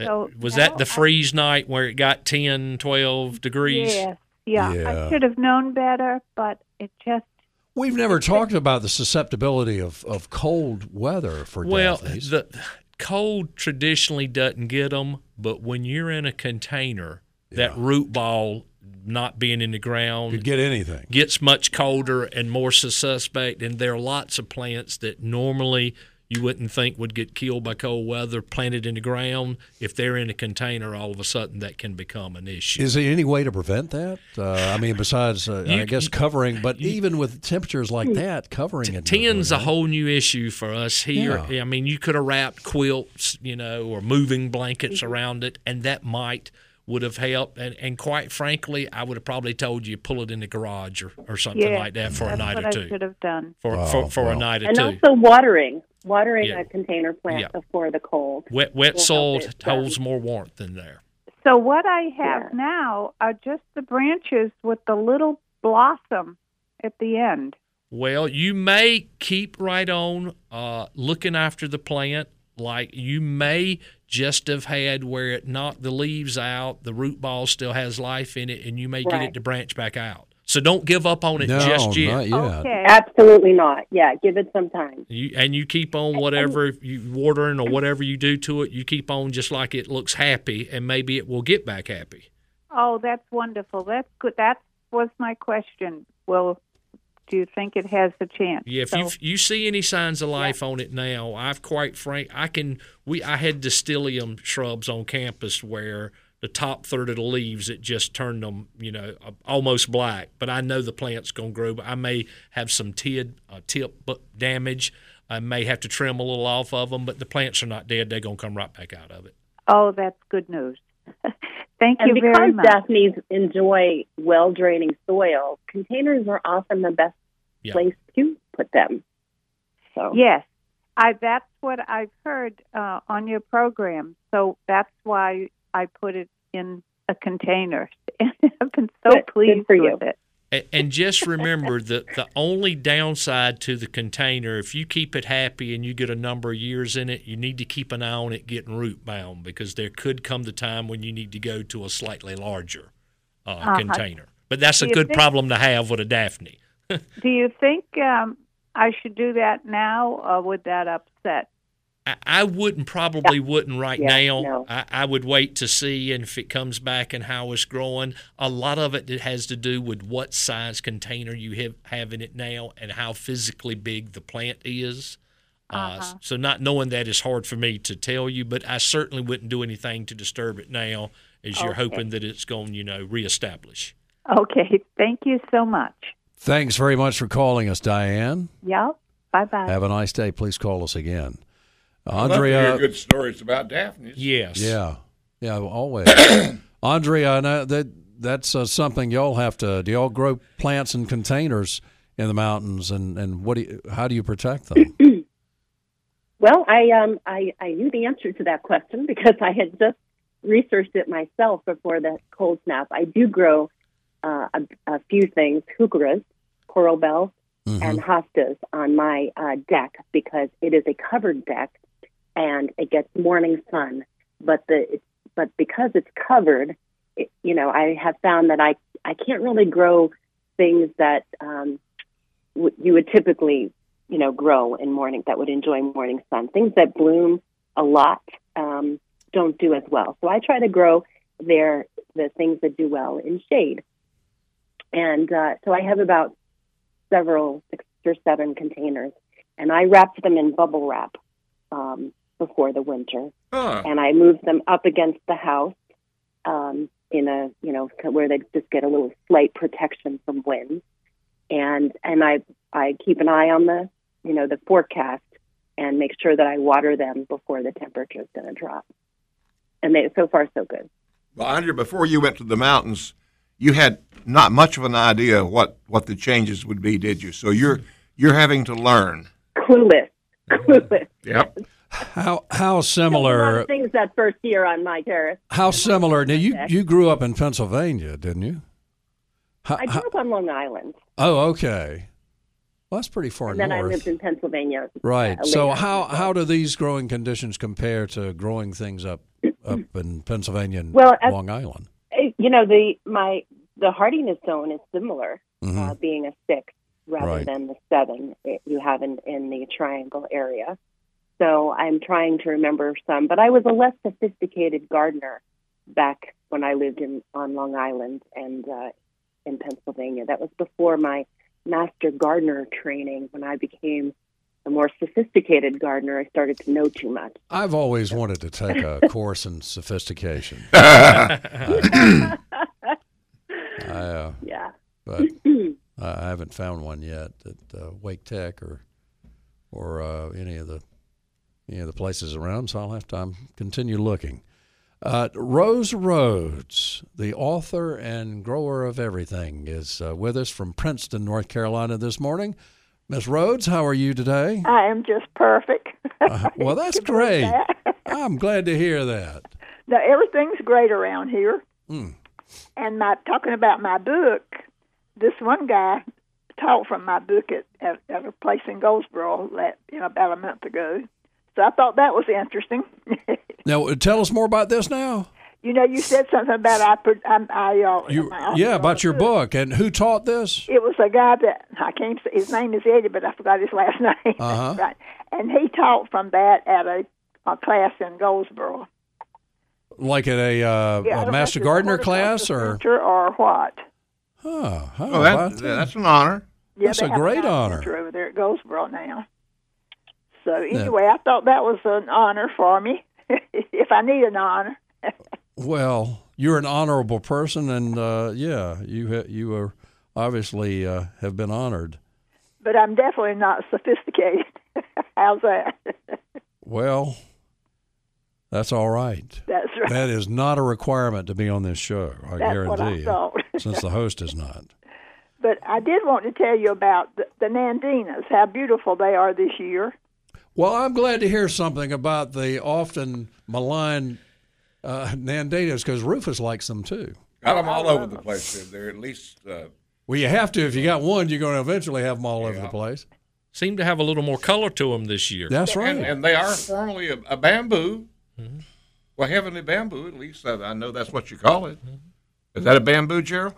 Speaker 33: So
Speaker 15: was
Speaker 33: no,
Speaker 15: that the freeze night where it got 10, 12 degrees?
Speaker 33: Yes, yeah.
Speaker 30: Yeah.
Speaker 33: I should have known better, but it just
Speaker 30: We've never talked about the susceptibility of, of cold weather for
Speaker 15: Well,
Speaker 30: Daphne's.
Speaker 15: the cold traditionally doesn't get them, but when you're in a container, that root ball not being in the ground
Speaker 30: Could get anything.
Speaker 15: gets much colder and more sus- suspect. And there are lots of plants that normally you wouldn't think would get killed by cold weather planted in the ground. If they're in a container, all of a sudden that can become an issue.
Speaker 30: Is there any way to prevent that? Uh, I mean, besides, uh,
Speaker 15: You-
Speaker 30: I guess, covering, but even with temperatures like that, covering it.
Speaker 15: Tin's a whole new issue for us here. I mean, you could have wrapped quilts, you know, or moving blankets around it, and that might would have helped. And, and quite frankly, I would have probably told you pull it in the garage or, or something
Speaker 33: yeah,
Speaker 15: like that for a
Speaker 33: that's
Speaker 15: night
Speaker 33: what
Speaker 15: or
Speaker 33: I
Speaker 15: two.
Speaker 33: should have done.
Speaker 15: For for, for a night or
Speaker 29: and
Speaker 15: two.
Speaker 29: also watering, watering
Speaker 15: Yeah.
Speaker 29: a container plant before the cold.
Speaker 15: wet
Speaker 29: will
Speaker 15: wet
Speaker 29: help
Speaker 15: soil
Speaker 29: it, um,
Speaker 15: holds more warmth in there.
Speaker 33: So what I have now are just the branches with the little blossom at the end.
Speaker 15: Well, you may keep right on uh, looking after the plant. Like you may just have had where it knocked the leaves out, the root ball still has life in it, and you may get
Speaker 29: Right.
Speaker 15: it to branch back out. So don't give up on it
Speaker 30: No,
Speaker 15: just yet.
Speaker 30: not yet. Okay.
Speaker 29: Absolutely not. Yeah, give it some time.
Speaker 15: You, and you keep on whatever you watering or whatever you do to it, you keep on just like it looks happy, and maybe it will get back happy.
Speaker 33: Oh, that's wonderful. That's good. That was my question. Well, do you think it has a chance?
Speaker 15: Yeah, if
Speaker 33: So-
Speaker 15: you you see any signs of life on it now, I've quite frank, I can we I had distillium shrubs on campus where the top third of the leaves it just turned them you know a- almost black, but I know the plant's gonna grow. But I may have some tid, uh, tip bu- damage. I may have to trim a little off of them, but the plants are not dead. They're gonna come right back out of it.
Speaker 33: Oh, that's good news. Thank
Speaker 29: and
Speaker 33: you very
Speaker 29: because
Speaker 33: much.
Speaker 29: Daphne's enjoy well draining soil, containers are often the best
Speaker 15: Yeah.
Speaker 29: place to put them. So
Speaker 33: Yes, I. That's what I've heard uh, on your program. So that's why I put it in a container. I've been so pleased with it.
Speaker 15: And, and just remember that the only downside to the container, if you keep it happy and you get a number of years in it, you need to keep an eye on it getting root bound because there could come the time when you need to go to a slightly larger uh,
Speaker 33: Uh-huh.
Speaker 15: container. But that's a
Speaker 33: Do you
Speaker 15: good
Speaker 33: think-
Speaker 15: problem to have with a Daphne.
Speaker 33: Do you think um, I should do that now, or would that upset?
Speaker 15: I, I wouldn't probably wouldn't right
Speaker 33: Yeah,
Speaker 15: now.
Speaker 33: no.
Speaker 15: I, I would wait to see and if it comes back and how it's growing. A lot of it that has to do with what size container you have, have in it now and how physically big the plant is. Uh, s-
Speaker 34: Uh-huh.
Speaker 15: so not knowing that is hard for me to tell you, but I certainly wouldn't do anything to disturb it now, as you're
Speaker 33: Okay.
Speaker 15: hoping that it's going, you know, reestablish.
Speaker 33: Okay. Thank you so much.
Speaker 30: Thanks very much for calling us, Diane.
Speaker 33: Yep. Bye bye.
Speaker 30: Have a nice day. Please call us again.
Speaker 9: I'd love to hear
Speaker 30: Andrea.
Speaker 9: good stories about Daphne's.
Speaker 15: Yes.
Speaker 30: Yeah. Yeah, well, always. Andrea, I know that that's uh, something y'all have to do. Y'all grow plants in containers in the mountains, and, and what do you, how do you protect them?
Speaker 29: Well, I um I, I knew the answer to that question because I had just researched it myself before the cold snap. I do grow uh, a, a few things, hookeras, coral bells, and hostas on my uh, deck because it is a covered deck and it gets morning sun. But the but because it's covered, it, you know, I have found that I I can't really grow things that um, w- you would typically you know grow in morning that would enjoy morning sun. Things that bloom a lot um, don't do as well. So I try to grow their the things that do well in shade. And uh, so I have about several six or seven containers, and I wrapped them in bubble wrap um, before the winter,
Speaker 9: Huh.
Speaker 29: and I moved them up against the house um, in a you know where they just get a little slight protection from wind, and and I I keep an eye on the you know the forecast and make sure that I water them before the temperature is going to drop, and they so far so good.
Speaker 9: Well, Andrea, before you went to the mountains, you had not much of an idea what, what the changes would be, did you? So you're you're having to learn.
Speaker 29: Clueless, clueless.
Speaker 9: Yep.
Speaker 30: How
Speaker 29: A
Speaker 30: how
Speaker 29: lot
Speaker 30: similar
Speaker 29: of things that first year on my terrace.
Speaker 30: how similar? Now you
Speaker 29: Okay.
Speaker 30: you grew up in Pennsylvania, didn't you? How-
Speaker 29: I grew
Speaker 30: how-
Speaker 29: up on Long Island.
Speaker 30: oh, okay. Well, that's pretty far
Speaker 29: and then
Speaker 30: north.
Speaker 29: I lived in Pennsylvania.
Speaker 30: Right.
Speaker 29: uh,
Speaker 30: So
Speaker 29: later.
Speaker 30: how how do these growing conditions compare to growing things up up in Pennsylvania and
Speaker 29: Well, as-
Speaker 30: Long Island?
Speaker 29: Uh, you know the my the hardiness zone is similar,
Speaker 30: Mhm.
Speaker 29: uh, being a six rather
Speaker 30: Right.
Speaker 29: than the seven it, you have in, in the triangle area. So I'm trying to remember some, but I was a less sophisticated gardener back when I lived in on Long Island and uh, in Pennsylvania. That was before my master gardener training. When I became a more sophisticated gardener, I started to know too much.
Speaker 30: I've always wanted to take a course in sophistication. I, I, uh,
Speaker 29: Yeah.
Speaker 30: but I haven't found one yet at uh, Wake Tech or or uh, any of the any of the places around. So I'll have to um, continue looking. Uh, Rose Rhodes, the author and grower of everything, is uh, with us from Princeton, North Carolina, this morning. Miss Rhodes, how are you today?
Speaker 34: I am just perfect.
Speaker 30: Uh, well, that's
Speaker 34: Can you believe
Speaker 30: great.
Speaker 34: that?
Speaker 30: I'm glad to hear that.
Speaker 34: Now, everything's great around here.
Speaker 30: Mm.
Speaker 34: And my talking about my book, this one guy talked from my book at, at, at a place in Goldsboro that, you know, about a month ago. So I thought that was interesting.
Speaker 30: Now, uh, tell us more about this now.
Speaker 34: you know, you said something about I put I, I uh,
Speaker 30: You,
Speaker 34: my-
Speaker 30: yeah, about your book and who taught this?
Speaker 34: It was a guy that I can't. Say, his name is Eddie, but I forgot his last name.
Speaker 30: Uh-huh.
Speaker 34: right, and he taught from that at a, a class in Goldsboro.
Speaker 30: Like at a, uh,
Speaker 34: Yeah,
Speaker 30: a master gardener class or?
Speaker 34: Center or what?
Speaker 30: Huh, huh,
Speaker 34: Oh, that-
Speaker 30: about
Speaker 34: that's
Speaker 9: an honor.
Speaker 34: Yeah,
Speaker 30: That's
Speaker 34: they
Speaker 30: a
Speaker 34: have
Speaker 30: great
Speaker 34: nice
Speaker 30: honor.
Speaker 34: Center over there at Goldsboro now. So anyway, I thought that was an honor for me, if I need an honor.
Speaker 30: Well, you're an honorable person, and uh, yeah, you ha- you are obviously uh, have been honored.
Speaker 34: But I'm definitely not sophisticated. How's that?
Speaker 30: Well, that's all right.
Speaker 34: That's right.
Speaker 30: That is not a requirement to be on this show. I
Speaker 34: That's what I
Speaker 30: guarantee
Speaker 34: thought.
Speaker 30: you, since the host is not.
Speaker 34: But I did want to tell you about the, the Nandinas. How beautiful they are this year.
Speaker 30: Well, I'm glad to hear something about the often maligned uh, Nandinas because Rufus likes them too.
Speaker 9: Got them all over the place. They're- They're at least uh,
Speaker 30: Well, you have to if you got one, you're going to eventually have them all over the place.
Speaker 15: Seem to have a little more color to them this year.
Speaker 30: That's right.
Speaker 9: And, and they are formerly a, a bamboo. Well, heavenly bamboo, at least I, I know that's what you call it.
Speaker 15: Mm-hmm.
Speaker 9: Is that a bamboo, Gerald?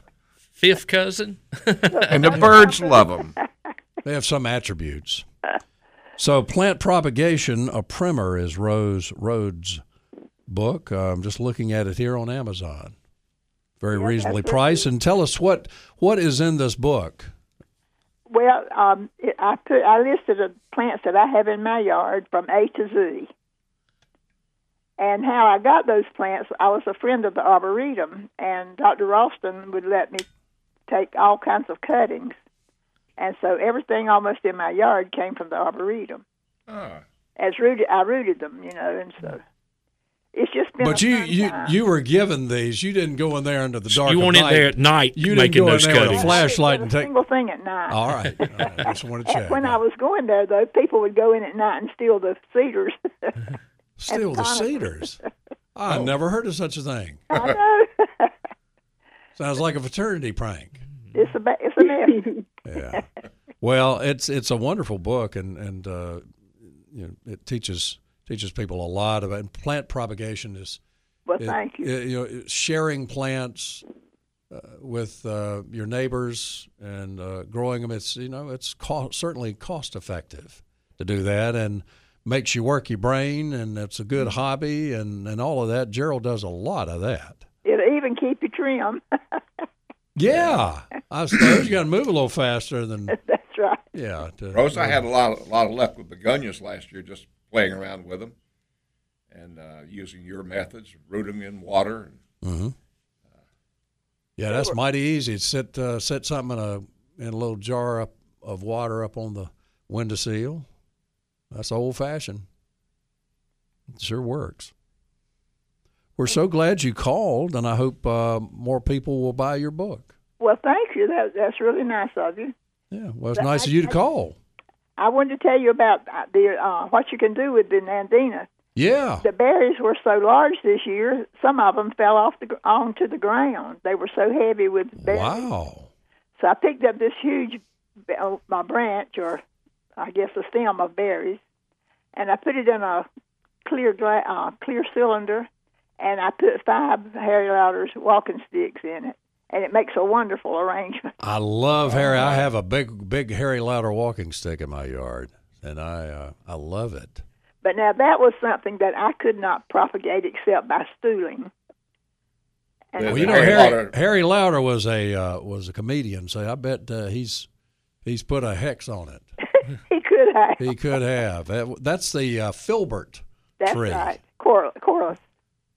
Speaker 15: Fifth cousin.
Speaker 9: and the birds love them.
Speaker 30: They have some attributes. So, plant propagation, a primer is Rose Rhodes' book. Uh, I'm just looking at it here on Amazon. Very reasonably
Speaker 34: that's
Speaker 30: priced. And tell us what what is in this book.
Speaker 34: Well, um, it, I put I listed the plants that I have in my yard from A to Z. And how I got those plants, I was a friend of the arboretum, and Dr. Ralston would let me take all kinds of cuttings, and so everything almost in my yard came from the arboretum.
Speaker 9: Ah.
Speaker 34: As rooted, I rooted them, you know, and so it's just been.
Speaker 30: But
Speaker 34: a
Speaker 30: you,
Speaker 34: fun
Speaker 30: you
Speaker 34: time.
Speaker 30: you were given these. You didn't go in there under the dark.
Speaker 15: you
Speaker 30: of
Speaker 15: went in
Speaker 30: night.
Speaker 15: there at night
Speaker 30: You didn't
Speaker 15: making
Speaker 30: go in
Speaker 15: those
Speaker 30: there with
Speaker 15: cuttings.
Speaker 30: a flashlight and
Speaker 34: a
Speaker 30: take.
Speaker 34: single thing at night.
Speaker 30: All right. All right. I just want to
Speaker 34: And
Speaker 30: check.
Speaker 34: when I was going there, though, people would go in at night and steal the cedars.
Speaker 30: Still the cedars. I never heard of such a thing.
Speaker 34: I know
Speaker 30: Sounds like a fraternity prank.
Speaker 34: it's a ba- it's a mess.
Speaker 30: Yeah. Well, it's it's a wonderful book, and and uh, you know it teaches teaches people a lot about and plant propagation is.
Speaker 34: Well,
Speaker 30: it-
Speaker 34: thank you.
Speaker 30: it- you know, it's sharing plants uh, with uh, your neighbors and uh, growing them. It's you know it's co- certainly cost effective to do that, and makes you work your brain, and it's a good
Speaker 34: Mm-hmm.
Speaker 30: hobby, and and all of that. Gerald does a lot of that.
Speaker 34: It'll even keep you trim.
Speaker 30: Yeah, I suppose you got to move a little faster than.
Speaker 34: That's right.
Speaker 30: Yeah. to-
Speaker 9: Rose, I had a lot, of, a lot of luck with begonias last year, just playing around with them and uh, using your methods, root them in water. And
Speaker 30: Mm-hmm. Yeah, that's mighty easy. Set uh, set something in a in a little jar up of water up on the windowsill. That's old fashioned. It sure works. We're so glad you called, and I hope uh, more people will buy your book.
Speaker 34: Well, thank you. That, that's really nice of you.
Speaker 30: Yeah, well, it's
Speaker 34: But
Speaker 30: nice
Speaker 34: I-
Speaker 30: of you to
Speaker 34: I-
Speaker 30: call.
Speaker 34: I wanted to tell you about uh, the uh, what you can do with the nandina.
Speaker 30: Yeah,
Speaker 34: The berries were so large this year; some of them fell off the gr- onto the ground. They were so heavy with berries.
Speaker 30: Wow.
Speaker 34: So I picked up this huge, uh, my branch or I guess a stem of berries, and I put it in a clear gla- uh, clear cylinder, and I put five Harry Lauder's walking sticks in it, and it makes a wonderful arrangement.
Speaker 30: I love Harry. I have a big, big Harry Lauder walking stick in my yard, and I uh, I love it.
Speaker 34: But now that was something that I could not propagate except by stooling.
Speaker 30: And well, you know, Harry, Lauder. Harry Lauder was a uh, was a comedian, so I bet uh, he's he's put a hex on it.
Speaker 34: he could have.
Speaker 30: He could have. That, that's the uh, Filbert
Speaker 34: that's
Speaker 30: tree.
Speaker 34: right. Cor- Corliss.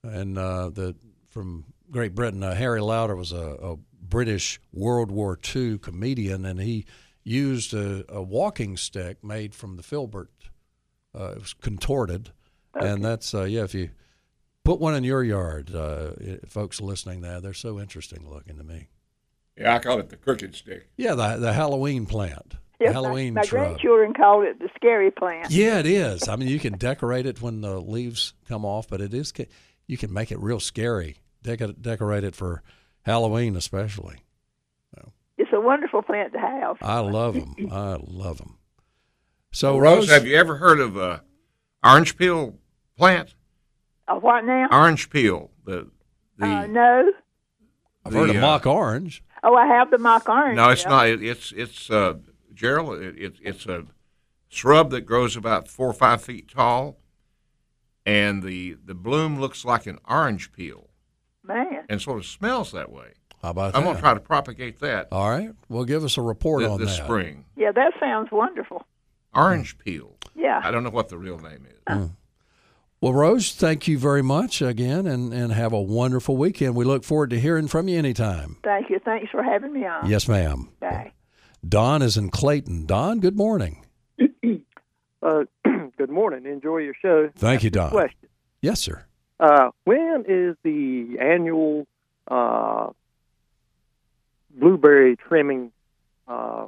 Speaker 30: And uh, the from Great Britain, uh, Harry Lauder was a, a, British World War II comedian, and he used a, a walking stick made from the filbert. uh, it was contorted, okay. and that's uh, yeah. If you put one in your yard, uh, folks listening there, they're so interesting looking to me.
Speaker 9: Yeah, I call it the crooked stick.
Speaker 30: Yeah, the the Halloween plant.
Speaker 34: Yes,
Speaker 30: Halloween
Speaker 34: my, my
Speaker 30: shrub.
Speaker 34: grandchildren called it the scary plant.
Speaker 30: Yeah, it is. I mean, you can decorate it when the leaves come off, but it is you can make it real scary. Dec- decorate it for Halloween, especially.
Speaker 34: So, it's a wonderful plant to have.
Speaker 30: I love them. I love them. So,
Speaker 9: Rose, Rose have you ever heard of a orange peel plant?
Speaker 34: A what now?
Speaker 9: Orange peel. The, the
Speaker 34: uh, no.
Speaker 30: I've the, heard
Speaker 9: uh,
Speaker 30: of mock orange.
Speaker 34: Oh, I have the mock orange.
Speaker 9: No, it's yeah. not. It, it's it's uh, Gerald. It, it, it's a shrub that grows about four or five feet tall, and the the bloom looks like an orange peel.
Speaker 34: Man.
Speaker 9: And sort of smells that way.
Speaker 30: How about
Speaker 9: I'm
Speaker 30: that?
Speaker 9: going to try to propagate that.
Speaker 30: All right. Well, give us a report
Speaker 9: this,
Speaker 30: on
Speaker 9: this
Speaker 30: that.
Speaker 9: spring.
Speaker 34: Yeah, that sounds wonderful.
Speaker 9: Orange peel.
Speaker 34: Yeah.
Speaker 9: I don't know what the real name is. Mm.
Speaker 30: Well, Rose, thank you very much again and, and have a wonderful weekend. We look forward to hearing from you anytime.
Speaker 34: Thank you. Thanks for having me on.
Speaker 30: Yes, ma'am.
Speaker 34: Bye.
Speaker 30: Don is in Clayton. Don, good morning.
Speaker 35: uh, good morning. Enjoy your show.
Speaker 30: Thank you, Don.
Speaker 35: Question.
Speaker 30: Yes, sir.
Speaker 35: Uh, when is the annual uh, blueberry trimming uh,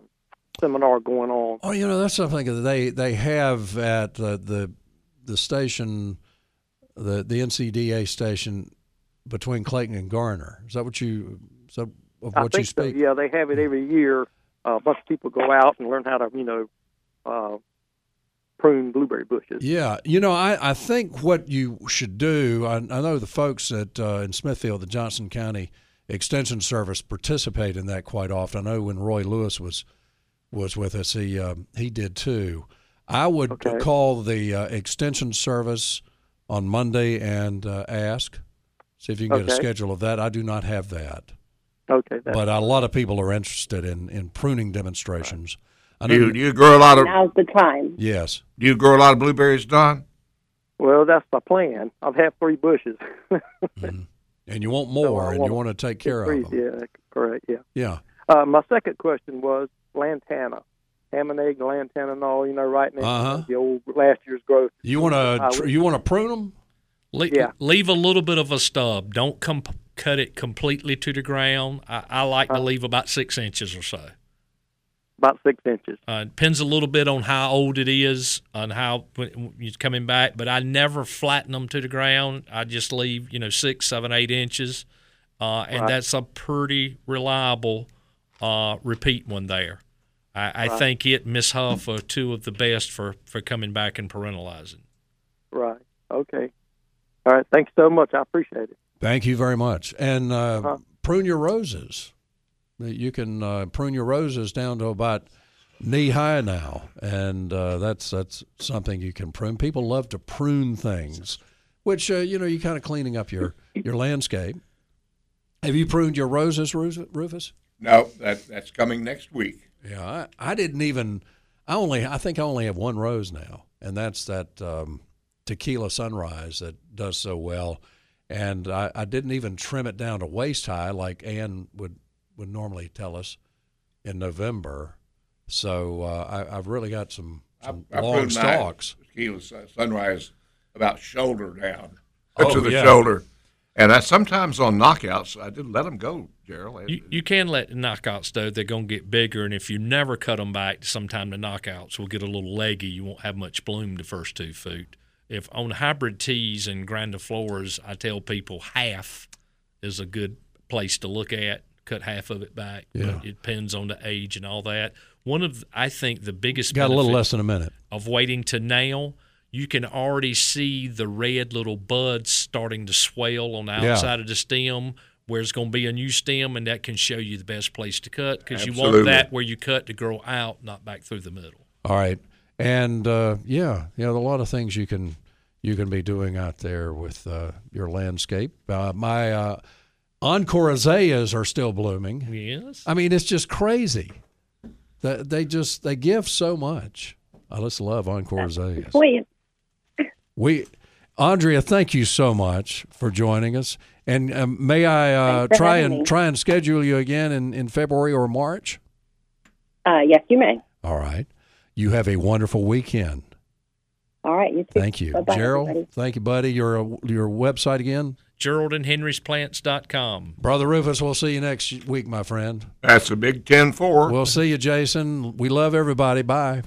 Speaker 35: seminar going on?
Speaker 30: Oh, you know, that's something that they, they have at the the station, the the NCDA station between Clayton and Garner. Is that what you? Is that of
Speaker 35: I
Speaker 30: what
Speaker 35: think
Speaker 30: you speak?
Speaker 35: So. Yeah, they have it every year. Uh, a bunch of people go out and learn how to, you know, uh, prune blueberry bushes.
Speaker 30: Yeah, you know, I, I think what you should do. I, I know the folks at uh, in Smithfield, the Johnson County Extension Service, participate in that quite often. I know when Roy Lewis was was with us, he um, he did too. I would okay. call the uh, extension service on Monday and uh, ask, see if you can get
Speaker 35: okay.
Speaker 30: a schedule of that. I do not have that.
Speaker 35: Okay.
Speaker 30: But a lot of people are interested in, in pruning demonstrations.
Speaker 9: Right. Do, you, do you grow a lot of?
Speaker 29: Now's the time.
Speaker 30: Yes.
Speaker 9: Do you grow a lot of blueberries, Don?
Speaker 35: Well, that's my plan. I've had three bushes.
Speaker 30: mm-hmm. And you want more,
Speaker 35: so
Speaker 30: and
Speaker 35: Oh, want
Speaker 30: you want to take care
Speaker 35: three,
Speaker 30: of them.
Speaker 35: Yeah, correct. Yeah.
Speaker 30: Yeah.
Speaker 35: Uh, my second question was lantana ham and egg, lantana, and all you know, right now
Speaker 30: Uh-huh.
Speaker 35: the old last year's growth.
Speaker 30: You want
Speaker 35: Uh,
Speaker 30: to tr-
Speaker 35: we-
Speaker 30: you want to prune them?
Speaker 15: Le-
Speaker 35: Yeah.
Speaker 15: Leave a little bit of a stub. Don't com- cut it completely to the ground. I, I like to leave about six inches or so.
Speaker 35: Uh-huh. about six inches.
Speaker 15: Uh, depends a little bit on how old it is, on how when, when it's coming back. But I never flatten them to the ground. I just leave you know six, seven, eight inches, uh, and
Speaker 35: Right.
Speaker 15: that's a pretty reliable uh, repeat one there. I, I
Speaker 35: Right.
Speaker 15: think it Miss Huff are two of the best for for coming back and parentalizing.
Speaker 35: Right. Okay. All right. Thanks so much. I appreciate it.
Speaker 30: Thank you very much. And uh,
Speaker 35: Uh-huh.
Speaker 30: prune your roses. You can uh, prune your roses down to about knee high now, and uh, that's that's something you can prune. People love to prune things, which uh, you know you kind of cleaning up your your landscape. Have you pruned your roses, Rus- Rufus?
Speaker 9: No, that that's coming next week.
Speaker 30: Yeah, I, I didn't even. I only. I think I only have one rose now, and that's that um, tequila sunrise that does so well. And I, I didn't even trim it down to waist high like Ann would would normally tell us in November. So uh, I, I've really got some, some long
Speaker 9: pruned mine,
Speaker 30: stalks.
Speaker 9: tequila sun- uh, sunrise about shoulder down
Speaker 30: Oh,
Speaker 9: to the
Speaker 30: yeah.
Speaker 9: shoulder, and I sometimes on knockouts I did let them go, Gerald.
Speaker 15: You, you can let knockouts though; they're going to get bigger, and if you never cut them back, sometime the knockouts will get a little leggy. You won't have much bloom the first two feet. If on hybrid teas and grandifloras, I tell people half is a good place to look at cut half of it back.
Speaker 30: Yeah.
Speaker 15: But it depends on the age and all that. One of I think the biggest
Speaker 30: Got a little
Speaker 15: benefit
Speaker 30: less than a minute.
Speaker 15: of waiting to now. You can already see the red little buds starting to swell on the
Speaker 30: Yeah.
Speaker 15: outside of the stem, where it's going to be a new stem, and that can show you the best place to cut because you want
Speaker 30: Absolutely.
Speaker 15: that where you cut to grow out, not back through the middle.
Speaker 30: All right, and uh, yeah, you know, there are a lot of things you can you can be doing out there with uh, your landscape. Uh, my uh, encore azaleas are still blooming.
Speaker 15: Yes.
Speaker 30: I mean it's just crazy. They, they just they give so much. I just love encore azaleas.
Speaker 29: Wait,
Speaker 30: We, Andrea, thank you so much for joining us, and um, may I uh,
Speaker 29: for
Speaker 30: try
Speaker 29: having
Speaker 30: and
Speaker 29: me.
Speaker 30: try and schedule you again in, in February or March.
Speaker 29: uh, yes, you may.
Speaker 30: All right. You have a wonderful weekend.
Speaker 29: All right, you too.
Speaker 30: Thank you,
Speaker 29: Bye-bye,
Speaker 30: Gerald.
Speaker 29: everybody.
Speaker 30: Thank you, buddy. Your your website again,
Speaker 15: GeraldandHenrysPlants.com.
Speaker 30: brother Rufus. We'll see you next week, my friend.
Speaker 11: That's a big 10 4.
Speaker 30: We'll see you, Jason. We love everybody. Bye.